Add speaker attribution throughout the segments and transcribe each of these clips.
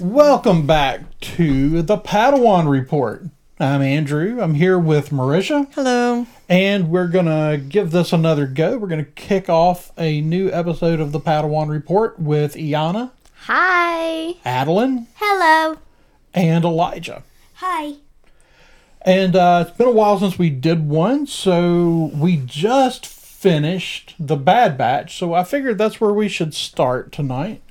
Speaker 1: Welcome back to the Padawan Report. I'm Andrew. I'm here with Marisha,
Speaker 2: Hello.
Speaker 1: and we're going to give this another go. We're going to kick off a new episode of the Padawan Report with Iana,
Speaker 3: Hi.
Speaker 1: Adeline,
Speaker 3: Hello.
Speaker 1: and Elijah.
Speaker 3: Hi.
Speaker 1: And uh, it's been a while since we did one, so we just finished the Bad Batch. So I figured that's where we should start tonight.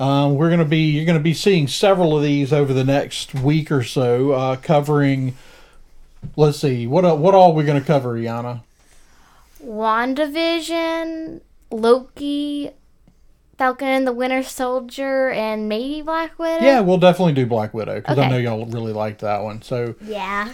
Speaker 1: Um, we're gonna be you're gonna be seeing several of these over the next week or so, uh, covering. Let's see what uh, what all we're gonna cover, Iana.
Speaker 3: WandaVision, Loki, Falcon and the Winter Soldier, and maybe Black Widow.
Speaker 1: Yeah, we'll definitely do Black Widow because I
Speaker 3: Okay.
Speaker 1: know y'all really like that one. So um,
Speaker 3: Yeah.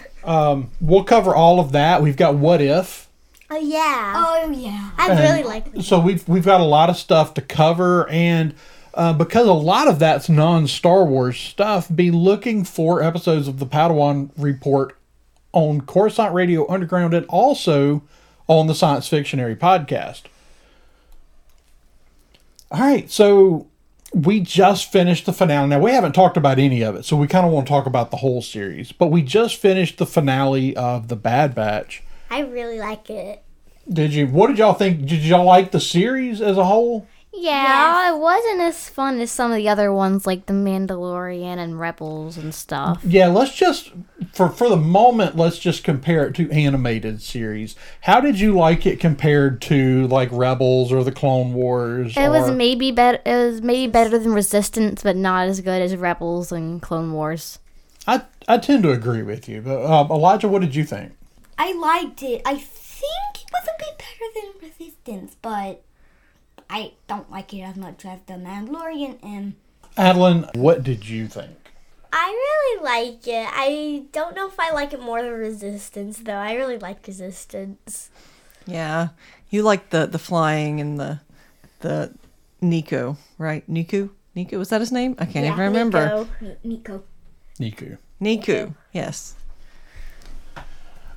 Speaker 1: we'll cover all of that. We've got What If.
Speaker 3: Oh yeah. Oh yeah.
Speaker 4: Um,
Speaker 3: I really like
Speaker 1: so we've we've got a lot of stuff to cover and uh, because a lot of that's non Star Wars stuff, be looking for episodes of the Padawan Report on Coruscant Radio Underground and also on the Science Fictionary podcast. All right, so we just finished the finale. Now, we haven't talked about any of it, so we kind of want to talk about the whole series, but we just finished the finale of The Bad Batch.
Speaker 3: I really like it.
Speaker 1: Did you? What did y'all think? Did y'all like the series as a whole?
Speaker 3: Yeah, it wasn't as fun as some of the other ones like The Mandalorian and Rebels and stuff.
Speaker 1: Yeah. Let's just for for the moment, let's just compare it to animated series. How did you like it compared to like Rebels or the Clone Wars?
Speaker 3: It was
Speaker 1: or-
Speaker 3: maybe better. It was maybe better than Resistance, but not as good as Rebels and Clone Wars.
Speaker 1: I I tend to agree with you, but uh, Elijah, what did you think?
Speaker 4: I liked it. I think it was a bit better than Resistance, but I don't like it as much as The Mandalorian. And
Speaker 1: Adeline, what did you think?
Speaker 5: I really like it. I don't know if I like it more than Resistance, though. I really like Resistance.
Speaker 2: Yeah. You like the the flying and the the Nico, right? Niku? Niku, was that his name? I can't even remember.
Speaker 4: Nico.
Speaker 1: Niku.
Speaker 2: Niku. Yes.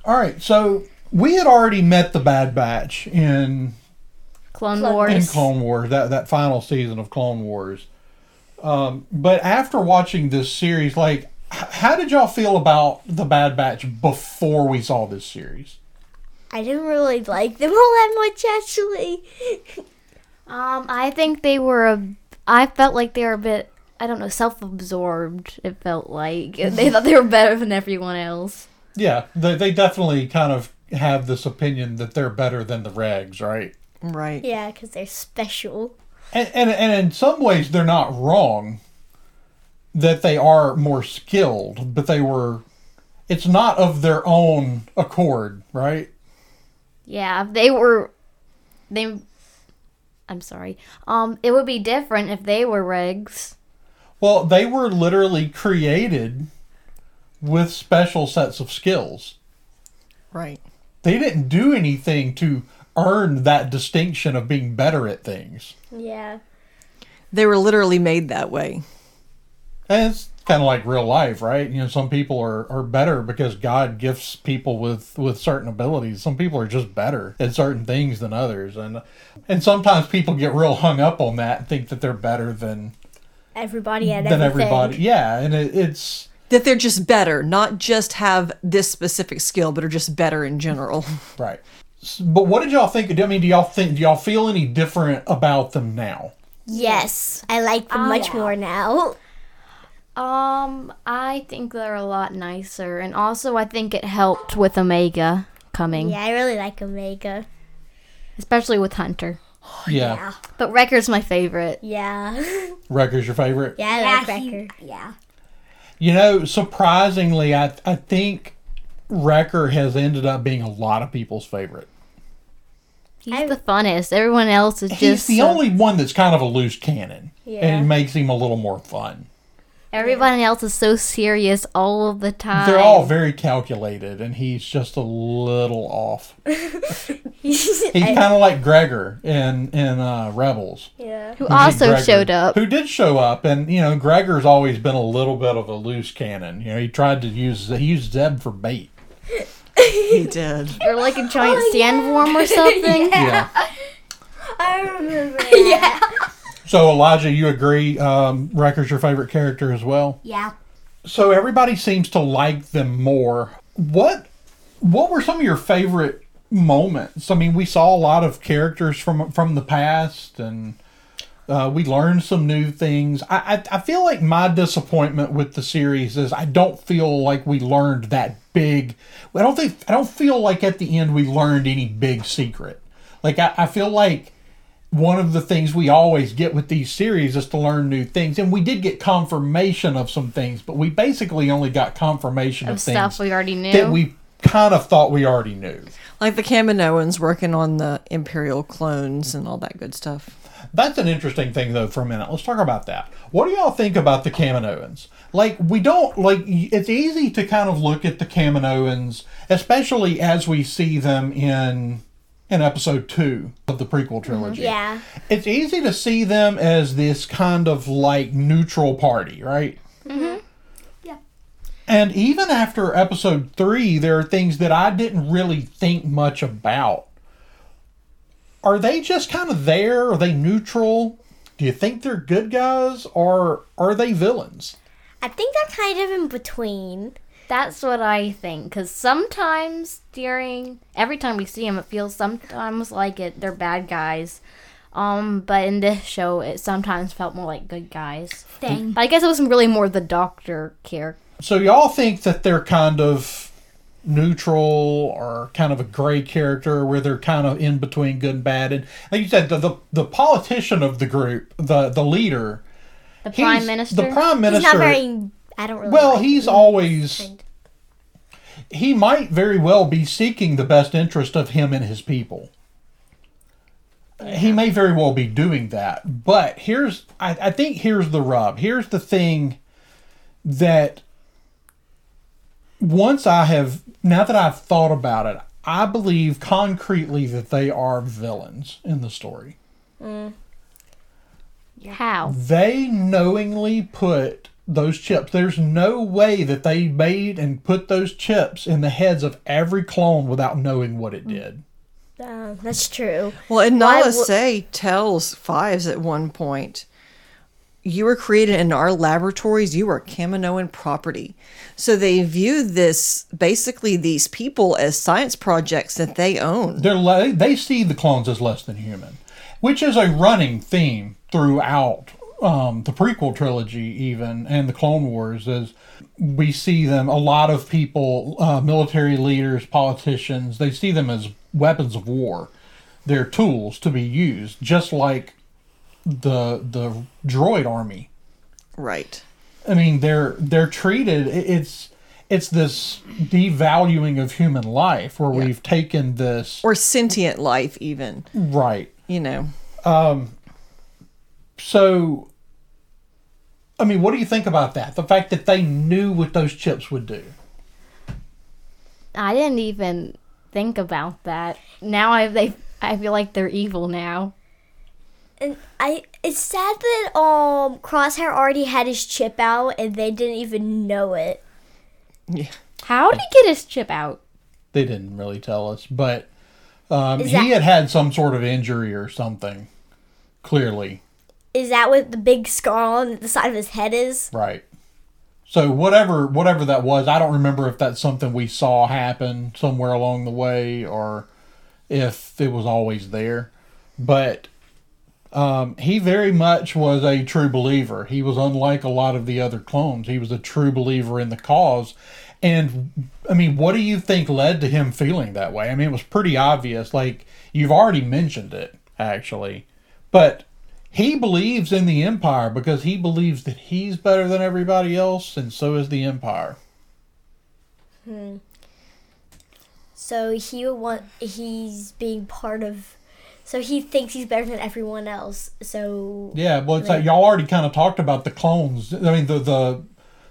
Speaker 1: All right, so we had already met the Bad Batch in
Speaker 3: Clone
Speaker 4: Clone-
Speaker 3: Wars.
Speaker 1: in Clone Wars, that that final season of Clone Wars. Um, but after watching this series, like, h- how did y'all feel about the Bad Batch before we saw this series?
Speaker 5: I didn't really like them all that much, actually.
Speaker 3: Um, I think they were a. I felt like they were a bit. I don't know, self-absorbed. It felt like they thought they were better than everyone else.
Speaker 1: Yeah, they they definitely kind of have this opinion that they're better than the regs, right?
Speaker 2: Right.
Speaker 5: Yeah, because they're special.
Speaker 1: And and and in some ways, they're not wrong. That they are more skilled, but they were. It's not of their own accord, right?
Speaker 3: Yeah, if they were. They. I'm sorry. Um, it would be different if they were regs.
Speaker 1: Well, they were literally created with special sets of skills.
Speaker 2: Right.
Speaker 1: They didn't do anything to earn that distinction of being better at things.
Speaker 5: Yeah.
Speaker 2: They were literally made that way.
Speaker 1: And it's kind of like real life, right? You know, some people are, are better because God gifts people with, with certain abilities. Some people are just better at certain things than others. And and sometimes people get real hung up on that and think that they're better than,
Speaker 5: Everybody had
Speaker 1: than
Speaker 5: everything.
Speaker 1: everybody. Yeah, and it, it's
Speaker 2: That they're just better, not just have this specific skill, but are just better in general.
Speaker 1: Right. S- But what did y'all think? I mean, do y'all think? Do y'all feel any different about them now?
Speaker 5: Yes. I like
Speaker 4: Oh,
Speaker 5: them much more now.
Speaker 3: Um, I think they're a lot nicer, and also I think it helped with Omega coming,
Speaker 5: Yeah, I really like Omega.
Speaker 3: especially with Hunter.
Speaker 1: yeah.
Speaker 3: But Wrecker's my favorite.
Speaker 5: Yeah.
Speaker 1: Wrecker's your favorite.
Speaker 5: yeah, I like
Speaker 4: Yeah,
Speaker 5: Wrecker.
Speaker 4: he, yeah.
Speaker 1: You know, surprisingly, I I think Wrecker has ended up being a lot of people's favorite.
Speaker 3: He's
Speaker 5: I-
Speaker 3: the funnest. Everyone else is
Speaker 1: He's
Speaker 3: just
Speaker 1: the
Speaker 3: uh,
Speaker 1: only one that's kind of a loose cannon,
Speaker 5: Yeah.
Speaker 1: and it makes him a little more fun.
Speaker 3: Everyone else is so serious all of the time.
Speaker 1: They're all very calculated, and he's just a little off. He's kind of like Gregor in in uh, Rebels.
Speaker 5: yeah.
Speaker 3: who
Speaker 1: who beat
Speaker 3: also
Speaker 1: Gregor,
Speaker 3: showed up.
Speaker 1: Who did show up, and you know, Gregor's always been a little bit of a loose cannon. You know, he tried to use he used Zeb for bait.
Speaker 2: he did.
Speaker 3: Or like a giant sandworm or something.
Speaker 1: Yeah,
Speaker 4: I remember. yeah.
Speaker 1: So Elijah, you agree? Um, Wrecker's your favorite character as well.
Speaker 4: Yeah.
Speaker 1: So everybody seems to like them more. What What were some of your favorite moments? I mean, we saw a lot of characters from from the past, and uh, we learned some new things. I, I I feel like my disappointment with the series is I don't feel like we learned that big. I don't think I don't feel like at the end we learned any big secret. Like I, I feel like one of the things we always get with these series is to learn new things. And we did get confirmation of some things, but we basically only got confirmation of,
Speaker 3: Of
Speaker 1: things
Speaker 3: stuff we already knew.
Speaker 1: that we kind of thought we already knew.
Speaker 2: Like the Kaminoans working on the Imperial clones and all that good stuff.
Speaker 1: That's an interesting thing, though, for a minute. Let's talk about that. What do y'all think about the Kaminoans? Like, we don't, like, y- it's easy to kind of look at the Kaminoans, especially as we see them in. In episode two of the prequel trilogy.
Speaker 5: Mm-hmm. Yeah.
Speaker 1: It's easy to see them as this kind of like neutral party, right?
Speaker 4: Yeah.
Speaker 1: And even after episode three, there are things that I didn't really think much about. Are they just kind of there? Are they neutral? Do you think they're good guys or are they villains?
Speaker 5: I think they're kind of in between.
Speaker 3: That's what I think. Because sometimes during every time we see them, it feels sometimes like it they're bad guys. Um, but in this show, it sometimes felt more like good guys.
Speaker 4: Thing.
Speaker 3: But I guess it was really more the doctor character.
Speaker 1: So, y'all think that they're kind of neutral or kind of a gray character where they're kind of in between good and bad? And like you said, the, the, the politician of the group, the, the leader,
Speaker 3: The
Speaker 1: he's-
Speaker 3: prime minister.
Speaker 1: The prime
Speaker 5: He's
Speaker 1: minister.
Speaker 5: not very. I don't really.
Speaker 1: Well,
Speaker 5: like
Speaker 1: he's
Speaker 5: him.
Speaker 1: always
Speaker 5: Kind.
Speaker 1: he might very well be seeking the best interest of him and his people. He may very well be doing that, but here's I, I think here's the rub. Here's the thing that once I have now that I've thought about it, I believe concretely that they are villains in the story.
Speaker 3: How?
Speaker 1: they knowingly put those chips. There's no way that they made and put those chips in the heads of every clone without knowing what it did.
Speaker 5: Um, that's true.
Speaker 2: Well, and
Speaker 5: Why
Speaker 2: Nala
Speaker 5: wo-
Speaker 2: Say tells Fives at one point, You were created in our laboratories, you are Kaminoan property. So they view this, basically, these people as science projects that they own.
Speaker 1: They're le- they see the clones as less than human, which is a running theme throughout um, the prequel trilogy, even and the Clone Wars. Is we see them a lot of people, uh, military leaders, politicians, they see them as weapons of war. They're tools to be used, just like the the droid army.
Speaker 2: Right.
Speaker 1: I mean, they're they're treated. i- It's it's this devaluing of human life where we've taken this
Speaker 2: Or sentient life, even,
Speaker 1: right
Speaker 2: you know.
Speaker 1: So, I mean, what do you think about that? The fact that they knew what those chips would do.
Speaker 3: I didn't even think about that. Now I they I feel like they're evil now.
Speaker 5: And I, it's sad that um Crosshair already had his chip out and they didn't even know it.
Speaker 2: Yeah.
Speaker 3: How did he get his chip out?
Speaker 1: They didn't really tell us, but um,
Speaker 5: Is that-
Speaker 1: he had had some sort of injury or something. Clearly,
Speaker 5: Is that what the big scar on the side of his head is?
Speaker 1: right. So whatever whatever that was, I don't remember if that's something we saw happen somewhere along the way or if it was always there. But um, he very much was a true believer. He was unlike a lot of the other clones. He was a true believer in the cause. And I mean, what do you think led to him feeling that way? I mean, it was pretty obvious. Like you've already mentioned it, actually. But he believes in the empire because he believes that he's better than everybody else, and so is the empire.
Speaker 5: So he want he's being part of. So he thinks he's better than everyone else. So
Speaker 1: Yeah, well, it's like y'all already kind of talked about the clones. I mean, the the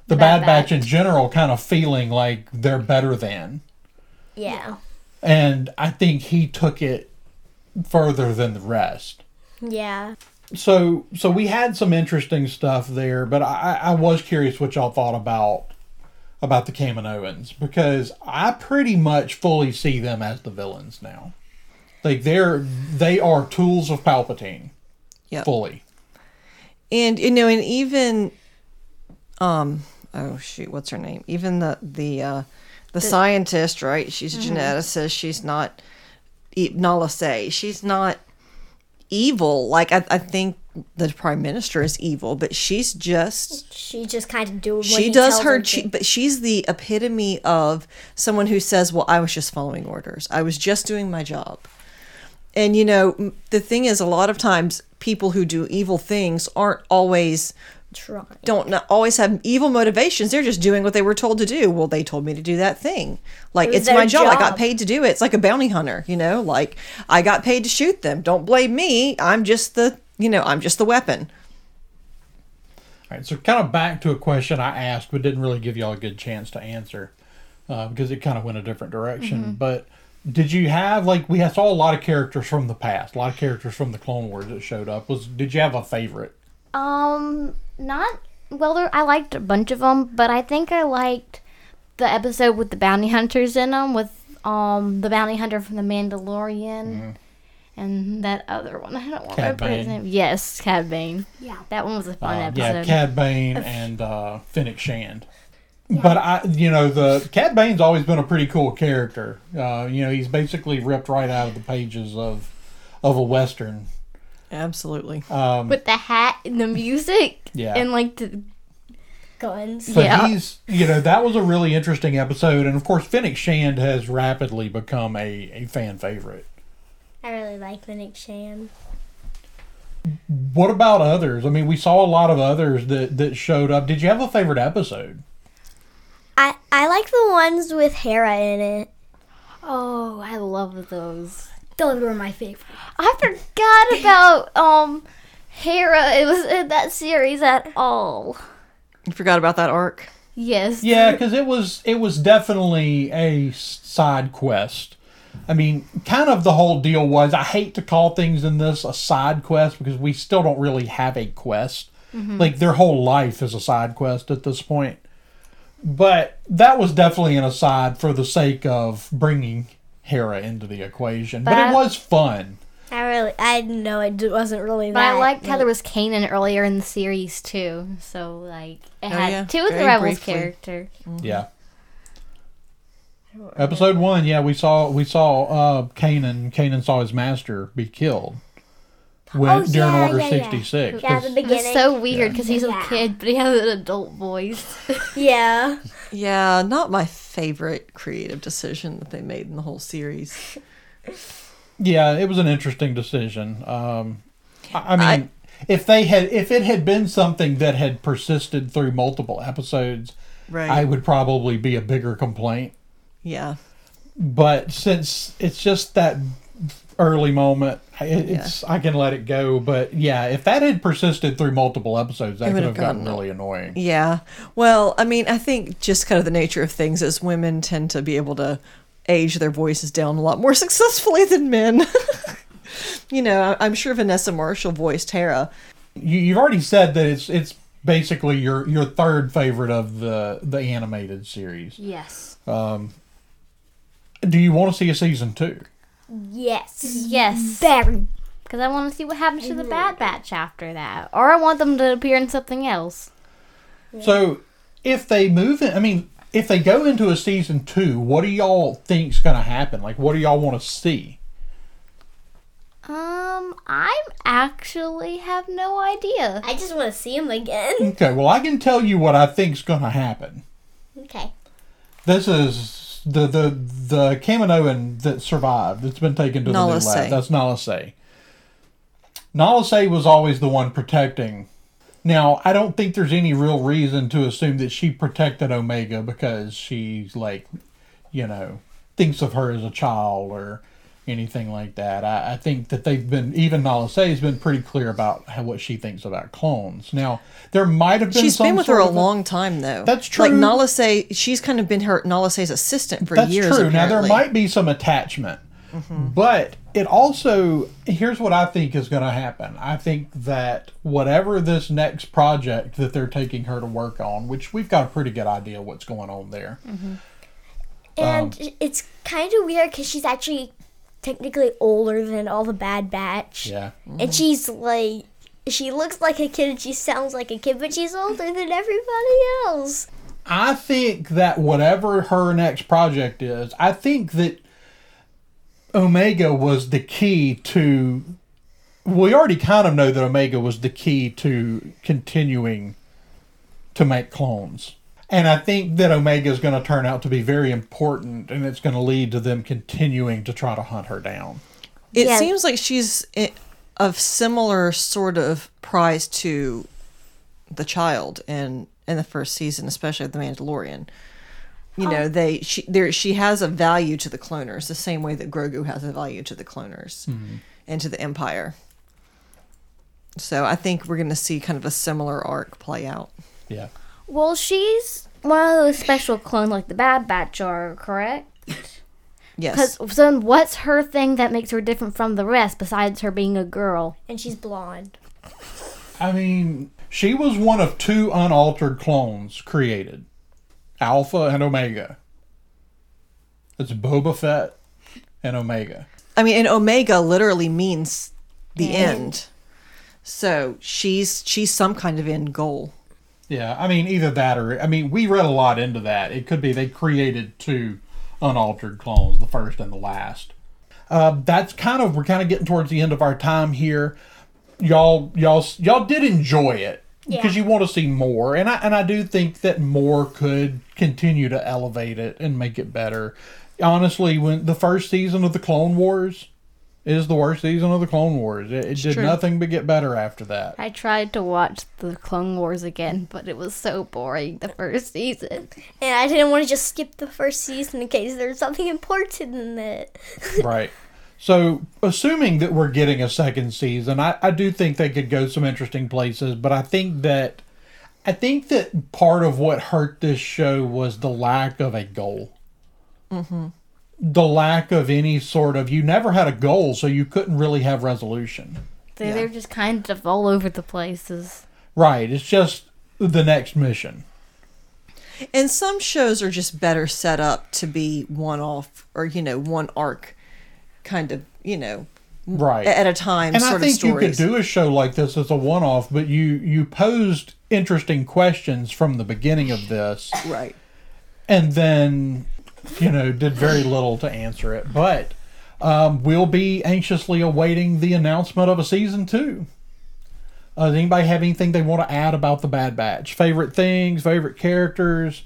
Speaker 1: the
Speaker 3: Bad
Speaker 1: Bad, Batch in general kind of feeling like they're better than,
Speaker 5: yeah,
Speaker 1: and I think he took it further than the rest.
Speaker 5: yeah.
Speaker 1: so so we had some interesting stuff there, but I, I I was curious what y'all thought about about the Kaminoans because I pretty much fully see them as the villains now. Like they're they are tools of Palpatine
Speaker 2: Yep.
Speaker 1: fully.
Speaker 2: and you know, and even um oh shoot, what's her name? Even the the uh the, scientist, right? She's a geneticist. She's not e- Nala Say. She's not evil. Like I, I think the prime minister is evil, but she's just
Speaker 5: She just kind of do what
Speaker 2: she
Speaker 5: he
Speaker 2: does
Speaker 5: tells
Speaker 2: her,
Speaker 5: to.
Speaker 2: she, but she's the epitome of someone who says, "Well, I was just following orders. I was just doing my job." And you know, m- the thing is, a lot of times people who do evil things aren't always
Speaker 5: Try.
Speaker 2: don't not always have evil motivations. They're just doing what they were told to do. Well, they told me to do that thing. Like
Speaker 5: was
Speaker 2: it's my
Speaker 5: their
Speaker 2: job. I got
Speaker 5: job.
Speaker 2: paid to do it. It's like a bounty hunter, you know. Like I got paid to shoot them. Don't blame me. I'm just the you know I'm just the weapon.
Speaker 1: All right, so kind of back to a question I asked, but didn't really give y'all a good chance to answer uh, because it kind of went a different direction.
Speaker 3: Mm-hmm.
Speaker 1: But did you have like we saw a lot of characters from the past, a lot of characters from the Clone Wars that showed up? Was did you have a favorite?
Speaker 3: Um, not well. There, I liked a bunch of them, but I think I liked the episode with the bounty hunters in them, with um the bounty hunter from the Mandalorian,
Speaker 1: Mm-hmm.
Speaker 3: and that other one. I don't remember his
Speaker 1: Bane.
Speaker 3: name. Yes, Cad Bane.
Speaker 4: Yeah.
Speaker 3: that one was a fun
Speaker 1: Uh,
Speaker 3: episode.
Speaker 1: yeah, Cad Bane and uh, Finnick Shand. But I, you know, the Cad Bane's always been a pretty cool character. Uh, you know, he's basically ripped right out of the pages of of a western.
Speaker 2: Absolutely.
Speaker 1: Um,
Speaker 3: with the hat and the music.
Speaker 1: Yeah.
Speaker 3: and like the
Speaker 5: guns.
Speaker 1: So
Speaker 3: Yeah.
Speaker 1: he's, you know, that was a really interesting episode. And of course, Finnick Shand has rapidly become a, a fan favorite.
Speaker 5: I really like the Nick Shan.
Speaker 1: What about others? I mean, we saw a lot of others that, that showed up. Did you have a favorite episode?
Speaker 5: I I like the ones with Hera in it.
Speaker 3: oh, I love those.
Speaker 4: Those were my favorite.
Speaker 3: I forgot about um Hera. It was in that series at all.
Speaker 2: You forgot about that arc.
Speaker 3: Yes.
Speaker 1: Yeah, because it was it was definitely a s- side quest. I mean, kind of the whole deal was I hate to call things in this a side quest because we still don't really have a quest. Like their whole life is a side quest at this point. But that was definitely an aside for the sake of bringing Hera into the equation. But,
Speaker 3: But I-
Speaker 1: it was fun.
Speaker 5: I really I didn't know it d- wasn't really
Speaker 3: But
Speaker 5: that.
Speaker 3: I liked how there was Kanan earlier in the series too. So like it had
Speaker 2: Oh, yeah,
Speaker 3: two of the
Speaker 2: very
Speaker 3: rebels
Speaker 2: briefly.
Speaker 3: character.
Speaker 1: Yeah. Episode one, yeah, we saw we saw uh Kanan. Kanan saw his master be killed when
Speaker 5: Oh,
Speaker 1: during
Speaker 5: yeah,
Speaker 1: Order
Speaker 5: yeah, yeah.
Speaker 1: sixty six.
Speaker 5: yeah, the
Speaker 3: It was
Speaker 5: beginning.
Speaker 3: so weird because he's
Speaker 4: Yeah.
Speaker 3: a kid, but he has an adult voice.
Speaker 5: yeah.
Speaker 2: Yeah, not my favorite creative decision that they made in the whole series.
Speaker 1: Yeah, it was an interesting decision. Um, I, I mean, if they had, if it had been something that had persisted through multiple episodes,
Speaker 2: Right.
Speaker 1: I would probably be a bigger complaint.
Speaker 2: yeah.
Speaker 1: But since it's just that early moment, I- it, it's I can let it go. But yeah, if that had persisted through multiple episodes, that could
Speaker 2: would've
Speaker 1: have gotten
Speaker 2: gotten-
Speaker 1: really annoying.
Speaker 2: Yeah. Well, I mean, I think just kind of the nature of things is women tend to be able to age their voices down a lot more successfully than men. you know, I- I'm sure Vanessa Marshall voiced Hera.
Speaker 1: You, you've already said that it's it's basically your your third favorite of the the animated series.
Speaker 3: yes.
Speaker 1: Do you want to see a season two?
Speaker 5: Yes.
Speaker 3: Yes.
Speaker 5: Very.
Speaker 3: Because I want to see what happens to the Bad Batch after that, or I want them to appear in something else.
Speaker 1: So if they move in, I mean, if they go into a season two, what do y'all think's going to happen? Like, what do y'all want to see?
Speaker 3: Um, I actually have no idea.
Speaker 5: I just want to see him again.
Speaker 1: Okay, well, I can tell you what I think's going to happen.
Speaker 5: Okay.
Speaker 1: This is the the the Kaminoan that survived. It's been taken to the new
Speaker 2: Nalase.
Speaker 1: lab. That's Nalase. Nalase was always the one protecting. Now, I don't think there's any real reason to assume that she protected Omega because she's like, you know, thinks of her as a child or anything like that. I, I think that they've been even Nalase has been pretty clear about how, what she thinks about clones. Now, there might have been
Speaker 2: She's
Speaker 1: some
Speaker 2: been with her
Speaker 1: sort
Speaker 2: a
Speaker 1: of
Speaker 2: long time, though.
Speaker 1: That's
Speaker 2: Like
Speaker 1: true.
Speaker 2: Nala Say, she's kind of been her Nala Say's assistant for
Speaker 1: That's
Speaker 2: years.
Speaker 1: true. Now there
Speaker 2: apparently.
Speaker 1: might be some attachment, but it also here's what I think is going to happen. I think that whatever this next project that they're taking her to work on, which we've got a pretty good idea what's going on there.
Speaker 2: Um,
Speaker 5: And it's kind of weird because she's actually technically older than all the Bad Batch.
Speaker 1: Yeah,
Speaker 5: And she's like she looks like a kid and she sounds like a kid, but she's older than everybody else.
Speaker 1: I think that whatever her next project is, I think that Omega was the key to. We already kind of know that Omega was the key to continuing to make clones. And I think that Omega is going to turn out to be very important and it's going to lead to them continuing to try to hunt her down.
Speaker 2: It
Speaker 5: Yeah.
Speaker 2: seems like she's i- of similar sort of prize to the child in in the first season, especially of the Mandalorian. You know, they she there she has a value to the cloners, the same way that Grogu has a value to the cloners and to the Empire. So I think we're going to see kind of a similar arc play out.
Speaker 1: Yeah.
Speaker 3: Well, she's one of those special clones like the Bad Batch are, correct? Because
Speaker 2: Yes,
Speaker 3: so what's her thing that makes her different from the rest besides her being a girl?
Speaker 5: And she's blonde.
Speaker 1: I mean, she was one of two unaltered clones created Alpha and Omega. It's Boba Fett and Omega.
Speaker 2: I mean, and Omega literally means the end. So she's she's some kind of end goal.
Speaker 1: Yeah, I mean, either that or, I mean, we read a lot into that. It could be they created two unaltered clones, the first and the last. Uh, that's kind of, we're kind of getting towards the end of our time here. Y'all, y'all, y'all did enjoy it because you want to see more. And I, and I do think that more could continue to elevate it and make it better. Honestly, when the first season of the Clone Wars is the worst season of the Clone Wars, it, it did
Speaker 2: true.
Speaker 1: nothing but get better after that.
Speaker 3: I tried to watch the Clone Wars again, but it was so boring the first season.
Speaker 5: And I didn't want to just skip the first season in case there's something important in it.
Speaker 1: right. So, assuming that we're getting a second season, I, I do think they could go some interesting places, but I think that I think that part of what hurt this show was the lack of a goal. Mm-hmm. The lack of any sort of you never had a goal, so you couldn't really have resolution.
Speaker 3: They, They're just kind of all over the places.
Speaker 1: Right. It's just the next
Speaker 2: Mm,
Speaker 1: mission.
Speaker 2: And some shows are just better set up to be one off or, you know, one arc kind of, you know,
Speaker 1: Right.
Speaker 2: at a time
Speaker 1: and
Speaker 2: sort
Speaker 1: I think
Speaker 2: of stories.
Speaker 1: you could do a show like this as a one-off, but you you posed interesting questions from the beginning of this.
Speaker 2: right.
Speaker 1: and then you know did very little to answer it but um, we'll be anxiously awaiting the announcement of a season two uh, does anybody have anything they want to add about the bad batch favorite things favorite characters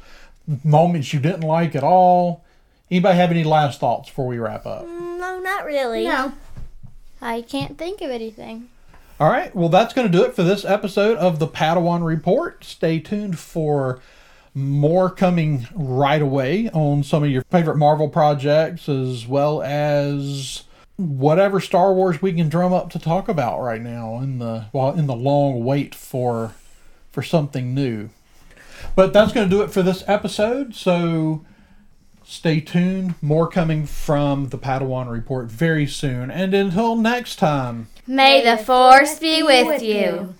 Speaker 1: moments you didn't like at all anybody have any last thoughts before we wrap up
Speaker 5: No, not really.
Speaker 3: I can't think of anything.
Speaker 1: All right. Well, that's going to do it for this episode of the Padawan Report. Stay tuned for more coming right away on some of your favorite Marvel projects, as well as whatever Star Wars we can drum up to talk about right now in the while in the long wait for for something new. But that's going to do it for this episode. So stay tuned. More coming from the Padawan Report very soon. And until next time.
Speaker 3: May the Force be with you.